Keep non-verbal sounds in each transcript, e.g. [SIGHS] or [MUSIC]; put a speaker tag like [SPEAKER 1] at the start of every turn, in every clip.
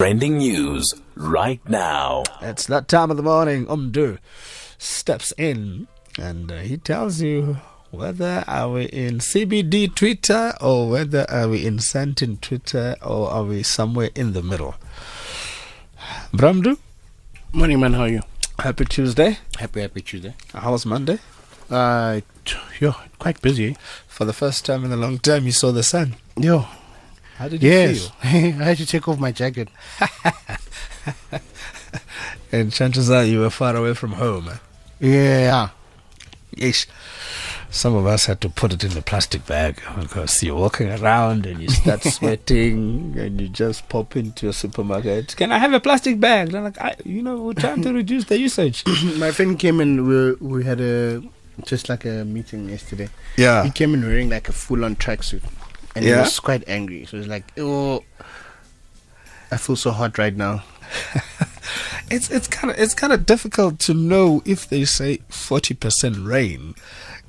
[SPEAKER 1] trending news right now.
[SPEAKER 2] It's that time of the morning. Umdu steps in and uh, he tells you whether are we in CBD Twitter or whether are we in Santin Twitter or are we somewhere in the middle. Bramdu,
[SPEAKER 3] Morning, man. How are you?
[SPEAKER 2] happy Tuesday.
[SPEAKER 3] Happy, happy Tuesday.
[SPEAKER 2] How was Monday?
[SPEAKER 3] Uh, t- yo, quite busy. eh?
[SPEAKER 2] For the first time in a long time, you saw the sun.
[SPEAKER 3] Yo,
[SPEAKER 2] How did you
[SPEAKER 3] yes.
[SPEAKER 2] feel?
[SPEAKER 3] [LAUGHS] I had to take off my jacket.
[SPEAKER 2] And chances are you were far away from home. eh?
[SPEAKER 3] Yeah.
[SPEAKER 2] Yeesh. Some of us had to put it in a plastic bag because you're walking around and you start [LAUGHS] sweating and you just pop into a supermarket. Can I have a plastic bag? They're like, I, you know, we're trying [COUGHS] to reduce the usage.
[SPEAKER 3] [COUGHS] my friend came in. We we had a just like a meeting yesterday. He
[SPEAKER 2] Yeah.
[SPEAKER 3] came in wearing like a full-on tracksuit, and he
[SPEAKER 2] Yeah?
[SPEAKER 3] was quite angry. So he was like, "Oh, I feel so hot right now."
[SPEAKER 2] It's it's kind of it's kind of difficult to know if they say 40% rain.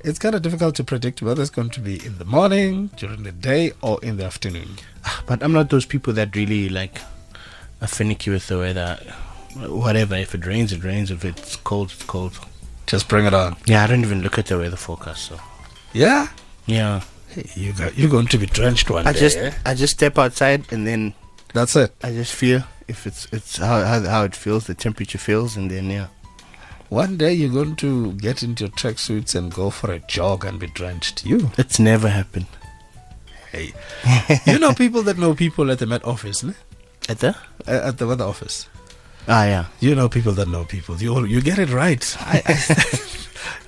[SPEAKER 2] It's kind of difficult to predict whether it's going to be in the morning, during the day, or in the afternoon.
[SPEAKER 3] [SIGHS] But I'm not those people that really like are finicky with the weather. Whatever. If it rains, it rains. If it's cold, it's cold.
[SPEAKER 2] Just bring it on.
[SPEAKER 3] Yeah, I don't even look at the weather forecast. So
[SPEAKER 2] Yeah.
[SPEAKER 3] yeah.
[SPEAKER 2] Hey, you go, you're going to be drenched one
[SPEAKER 3] I
[SPEAKER 2] day.
[SPEAKER 3] just
[SPEAKER 2] eh?
[SPEAKER 3] I just step outside and then
[SPEAKER 2] That's it.
[SPEAKER 3] I just feel if it's it's how how, how it feels, the temperature feels, and then yeah.
[SPEAKER 2] One day you're going to get into your tracksuits and go for a jog and be drenched. You,
[SPEAKER 3] It's never happened.
[SPEAKER 2] hey, you know people that know people at the Met office, ne?
[SPEAKER 3] At the
[SPEAKER 2] Uh, at the weather office.
[SPEAKER 3] ah yeah.
[SPEAKER 2] You know people that know people. You you get it right. I, I,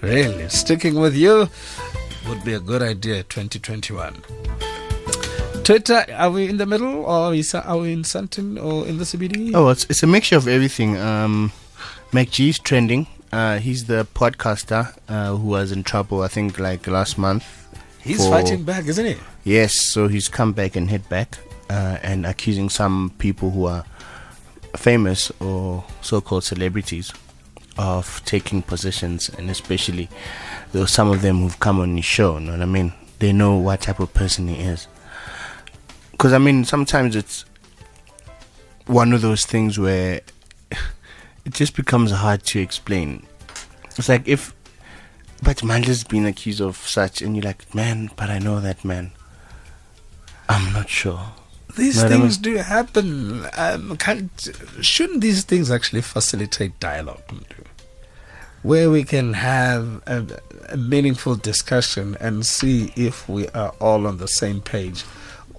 [SPEAKER 2] [LAUGHS] really, sticking with you would be a good idea. 2021. Twitter, are we in the middle or is, are we in Santin or in the CBD?
[SPEAKER 3] Oh, it's it's a mixture of everything. Um, MacG's trending. Uh, he's the podcaster uh, who was in trouble, I think, like last month.
[SPEAKER 2] He's
[SPEAKER 3] for-
[SPEAKER 2] fighting back, isn't he?
[SPEAKER 3] Yes, so he's come back and hit back uh, and accusing some people who are famous or so called celebrities of taking positions, and especially those some of them who've come on his show. You know what I mean? They know what type of person he is. Because, I mean, sometimes it's one of those things where [LAUGHS] it just becomes hard to explain. It's like if. But Mandela's been accused of such, and you're like, man, but I know that man. I'm not sure.
[SPEAKER 2] These
[SPEAKER 3] No, I don't
[SPEAKER 2] things do happen. Um, can't, shouldn't these things actually facilitate dialogue? Mndu? Where we can have a, a meaningful discussion and see if we are all on the same page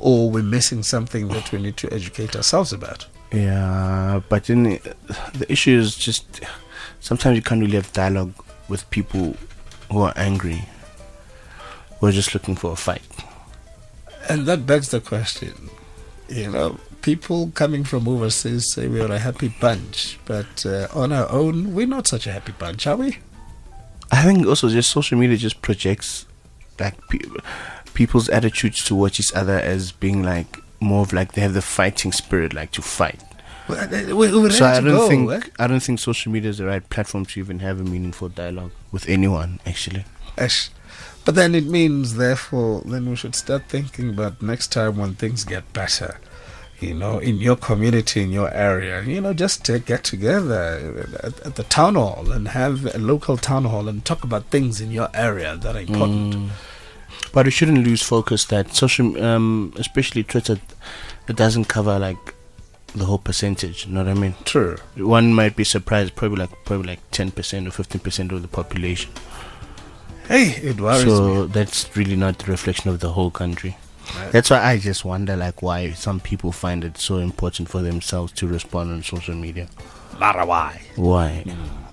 [SPEAKER 2] or we're missing something that we need to educate ourselves about.
[SPEAKER 3] Yeah, but then uh, the issue is just sometimes you can't really have dialogue with people who are angry. who are just looking for a fight.
[SPEAKER 2] And that begs the question you know, people coming from overseas say we are a happy bunch, but uh, on our own, we're not such a happy bunch, are we?
[SPEAKER 3] I think also just social media just projects like pe- people's attitudes towards each other as being like more of like they have the fighting spirit, like to fight.
[SPEAKER 2] We- we- We're ready
[SPEAKER 3] so I
[SPEAKER 2] to
[SPEAKER 3] don't
[SPEAKER 2] go,
[SPEAKER 3] think
[SPEAKER 2] eh?
[SPEAKER 3] I don't think social media is the right platform to even have a meaningful dialogue with anyone. Actually,
[SPEAKER 2] Ish. But then it means, therefore, then we should start thinking about next time when things get better. You know, in your community, in your area, you know, just to get together at, at the town hall and have a local town hall and talk about things in your area that are important.
[SPEAKER 3] but we shouldn't lose focus that social, um, especially Twitter, it doesn't cover like the whole percentage. You know what I mean?
[SPEAKER 2] True.
[SPEAKER 3] One might be surprised, probably like probably like ten percent or fifteen percent of the population.
[SPEAKER 2] Hey, it worries me.
[SPEAKER 3] so that's really not the reflection of the whole country. That's why I just wonder, like, why some people find it so important for themselves to respond on social media.
[SPEAKER 2] Mara why?
[SPEAKER 3] Why?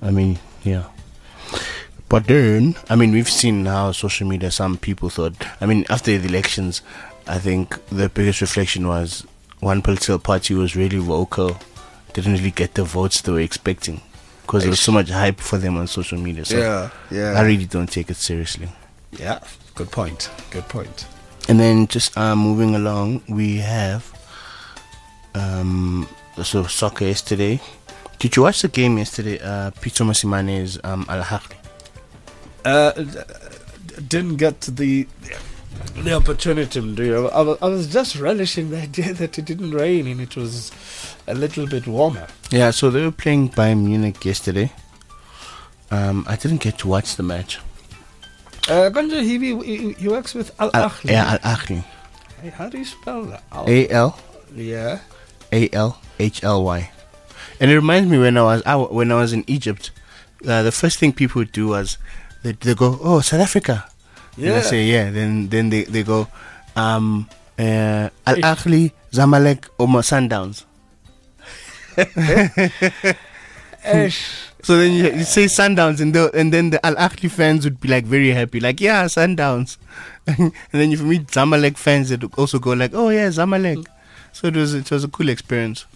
[SPEAKER 3] I mean, yeah. But then, I mean, we've seen how social media, some people thought, I mean, after the elections, I think the biggest reflection was one political party was really vocal, didn't really get the votes they were expecting because there was so much hype for them on social media. So
[SPEAKER 2] Yeah, yeah.
[SPEAKER 3] I really don't take it seriously.
[SPEAKER 2] Yeah, good point. Good point.
[SPEAKER 3] And then just uh, moving along, we have um, so soccer yesterday. Did you watch the game yesterday? Uh, Peter Masimane's um, Al Ahly.
[SPEAKER 2] Uh, d- didn't get the the opportunity, Mduyo. I was, I was just relishing the idea [LAUGHS] that it didn't rain and it was a little bit warmer.
[SPEAKER 3] Yeah, so they were playing Bayern Munich yesterday. Um, I didn't get to watch the match.
[SPEAKER 2] Uh, Ganja Hibi, he, he works with Al
[SPEAKER 3] Al-
[SPEAKER 2] Ahly.
[SPEAKER 3] Uh, yeah, Al Ahly.
[SPEAKER 2] Hey, How do you spell that? Al-
[SPEAKER 3] A L
[SPEAKER 2] yeah.
[SPEAKER 3] A L H L Y, and it reminds me when I was I, w- when I was in Egypt, uh, the first thing people would do was they they go oh South Africa, and I
[SPEAKER 2] Yeah.
[SPEAKER 3] say yeah, then then they they go, um, uh, Al
[SPEAKER 2] Ish.
[SPEAKER 3] Ahly, Zamalek, Omar Sundowns.
[SPEAKER 2] Ash.
[SPEAKER 3] So then you, you say Sundowns, and the, and then the Al Ahly fans would be like very happy, like yeah Sundowns, [LAUGHS] and then you meet Zamalek fans that also go like oh yeah Zamalek. So it was it was a cool experience.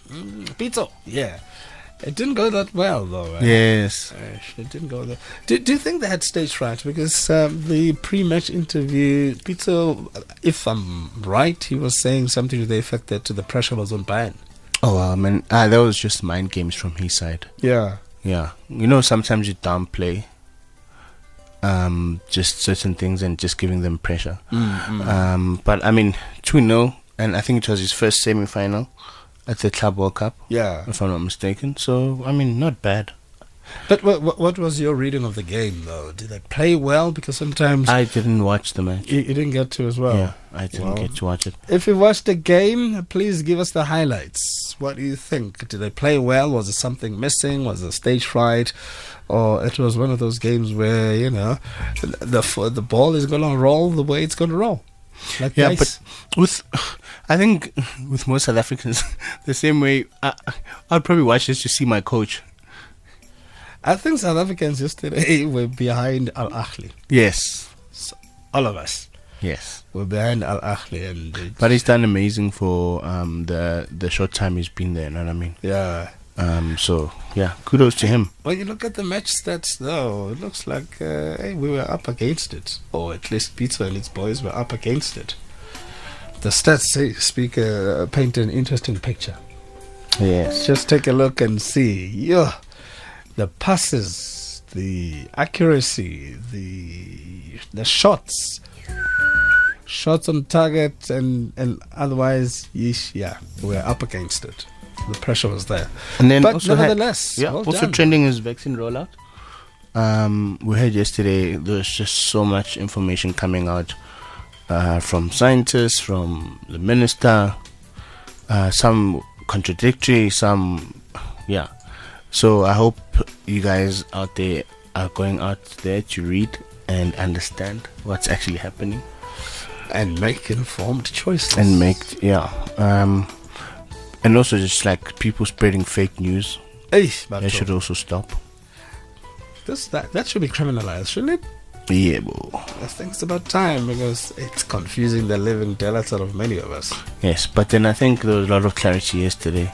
[SPEAKER 2] Pizza. Yeah. It didn't go that well, though. eh?
[SPEAKER 3] Yes.
[SPEAKER 2] Ash, It didn't go that. Do, do you think they had stage fright? Because um, the pre-match interview, Pizzo, if I'm right, he was saying something to the effect that the pressure was on Bayern.
[SPEAKER 3] Oh well, man, ah, that was just mind games from his side.
[SPEAKER 2] Yeah.
[SPEAKER 3] Yeah, you know, sometimes you downplay um, just certain things and just giving them pressure.
[SPEAKER 2] Mm-hmm.
[SPEAKER 3] Um, but I mean, 2 0, and I think it was his first semi final at the Club World Cup,
[SPEAKER 2] Yeah.
[SPEAKER 3] if I'm not mistaken. So, I mean, not bad.
[SPEAKER 2] But what, what, what was your reading of the game, though? Did they play well? Because sometimes
[SPEAKER 3] I didn't watch the match.
[SPEAKER 2] you, you didn't get to as well.
[SPEAKER 3] yeah, I didn't
[SPEAKER 2] well.
[SPEAKER 3] get to watch it.
[SPEAKER 2] If you watched the game, please give us the highlights. What do you think? Did they play well? Was there something missing? Was there stage fright? Or it was one of those games where, you know, the the, the ball is going to roll the way it's going to roll. Like
[SPEAKER 3] Yeah,
[SPEAKER 2] dice.
[SPEAKER 3] but with, [SIGHS] I think with most South Africans, [LAUGHS] the same way, I, I'd probably watch this to see my coach.
[SPEAKER 2] I think South Africans yesterday [LAUGHS] were behind Al Ahly.
[SPEAKER 3] Yes,
[SPEAKER 2] All of us
[SPEAKER 3] yes.
[SPEAKER 2] were behind Al Ahly. And it-
[SPEAKER 3] But he's done amazing for um, the the short time he's been there. You know what I mean?
[SPEAKER 2] yeah.
[SPEAKER 3] Um, so yeah, kudos to him.
[SPEAKER 2] When you look at the match stats, though, it looks like uh, hey, we were up against it, or at least Pizza and its boys were up against it. The stats say, speak uh, paint an interesting picture.
[SPEAKER 3] Yes.
[SPEAKER 2] Just take a look and see. Yeah, the passes, the accuracy, the the shots, shots on target, and and otherwise, yeesh, yeah, we were up against it. The pressure was there.
[SPEAKER 3] And then
[SPEAKER 2] But
[SPEAKER 3] also had-
[SPEAKER 2] nevertheless,
[SPEAKER 3] yeah,
[SPEAKER 2] well
[SPEAKER 3] also
[SPEAKER 2] done.
[SPEAKER 3] trending is vaccine rollout. Um, we heard yesterday there's just so much information coming out uh, from scientists, from the minister, uh, some contradictory, some yeah. So I hope you guys out there are going out there to read and understand what's actually happening.
[SPEAKER 2] And make informed choices.
[SPEAKER 3] and make yeah um and also just like people spreading fake news
[SPEAKER 2] Eish,
[SPEAKER 3] that should also stop
[SPEAKER 2] This that that should be criminalized, shouldn't it?
[SPEAKER 3] yeah bro.
[SPEAKER 2] I think it's about time because it's confusing the living daylights out of many of us.
[SPEAKER 3] yes but then i think there was a lot of clarity yesterday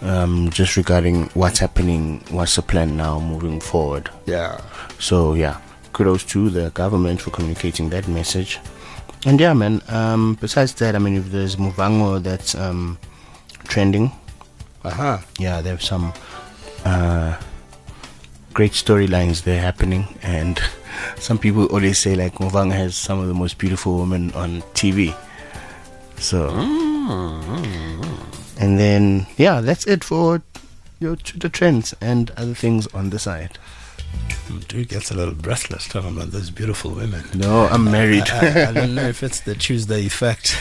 [SPEAKER 3] um just regarding what's happening what's the plan now moving forward
[SPEAKER 2] Yeah.
[SPEAKER 3] so yeah kudos to the government for communicating that message and yeah man um besides that i mean if there's muvango that's um trending
[SPEAKER 2] Uh-huh.
[SPEAKER 3] yeah, they have some uh, great storylines there happening, and [LAUGHS] some people always say like Movanga has some of the most beautiful women on TV. So, and then yeah, that's it for your Twitter trends and other things on the side.
[SPEAKER 2] Mm, Dude gets a little breathless talking about those beautiful women.
[SPEAKER 3] No, I'm married.
[SPEAKER 2] I, I don't know if it's the Tuesday effect.